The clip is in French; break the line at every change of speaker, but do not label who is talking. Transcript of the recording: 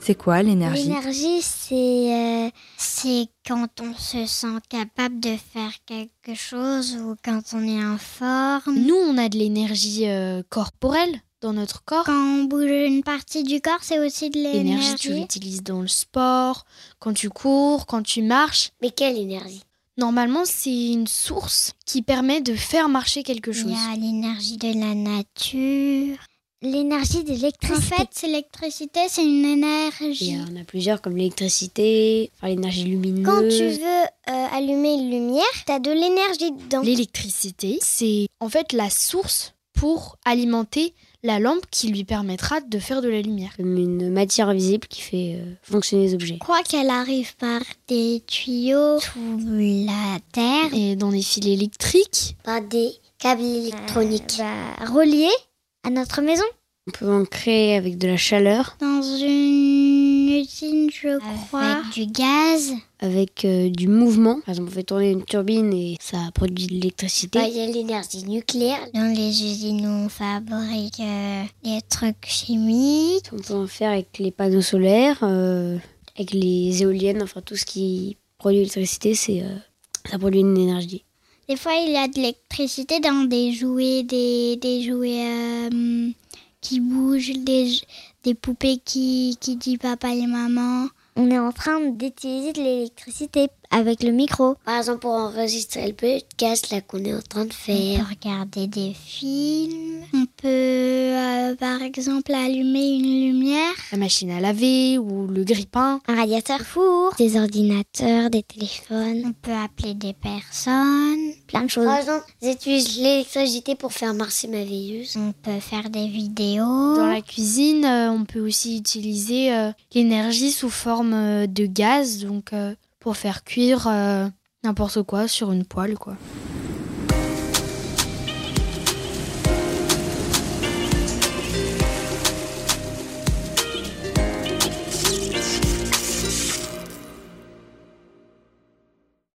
C'est quoi l'énergie
L'énergie, c'est euh, c'est quand on se sent capable de faire quelque chose ou quand on est en
Mm.
forme.
Nous, on a de l'énergie euh, corporelle dans notre corps.
Quand on bouge une partie du corps, c'est aussi de
L'énergie, tu
l'énergie.
l'utilises dans le sport, quand tu cours, quand tu marches.
Mais quelle énergie
Normalement, c'est une source qui permet de faire marcher quelque
Il
chose.
y a l'énergie de la nature.
L'énergie
En
d'électricité.
fait, c'est l'électricité, c'est une
Il y
énergie.
en a plusieurs comme l'électricité, enfin, l'énergie lumineuse.
Quand tu euh,
veux allumer une lumière, t'as de l'énergie dedans.
L'électricité, c'est en fait la source pour alimenter la lampe qui lui permettra de faire de la lumière.
Comme une matière invisible qui fait euh, fonctionner les objets.
Je crois qu'elle arrive par des tuyaux sous la terre,
Et dans les fils électriques,
Pas des câbles électroniques.
Euh, bah, reliés à notre maison.
On peut en créer avec de la chaleur,
Dans une usine, je crois. Euh, Avec du gaz.
avec euh, du mouvement. Par exemple, on fait tourner une turbine et ça produit de l'électricité.
Bah, y a l'énergie nucléaire. Dans les usines où on fabrique euh, des trucs chimiques.
On peut en faire avec les panneaux solaires, euh, avec les éoliennes, enfin tout ce qui produit l'électricité, c'est euh, ça produit une énergie.
Des fois, il y a de l'électricité dans des jouets, des, des jouets euh, qui bougent, des, des poupées qui, qui disent papa et maman.
On est en train d'utiliser de l'électricité avec le micro. Par exemple, pour enregistrer le podcast là qu'on est en train de
On peut regarder des films. On peut, euh, par exemple, allumer une lumière.
la machine à laver ou le grille-pain.
Un radiateur four, des ordinateurs, des téléphones,
On peut appeler des personnes.
plein de choses. Par exemple, j'utilise l'électricité pour faire marcher ma veilleuse.
On peut faire des vidéos.
Dans la cuisine, euh, on peut aussi utiliser euh, l'énergie sous forme euh, de gaz, donc euh, pour faire cuire euh, n'importe quoi sur une poêle, quoi.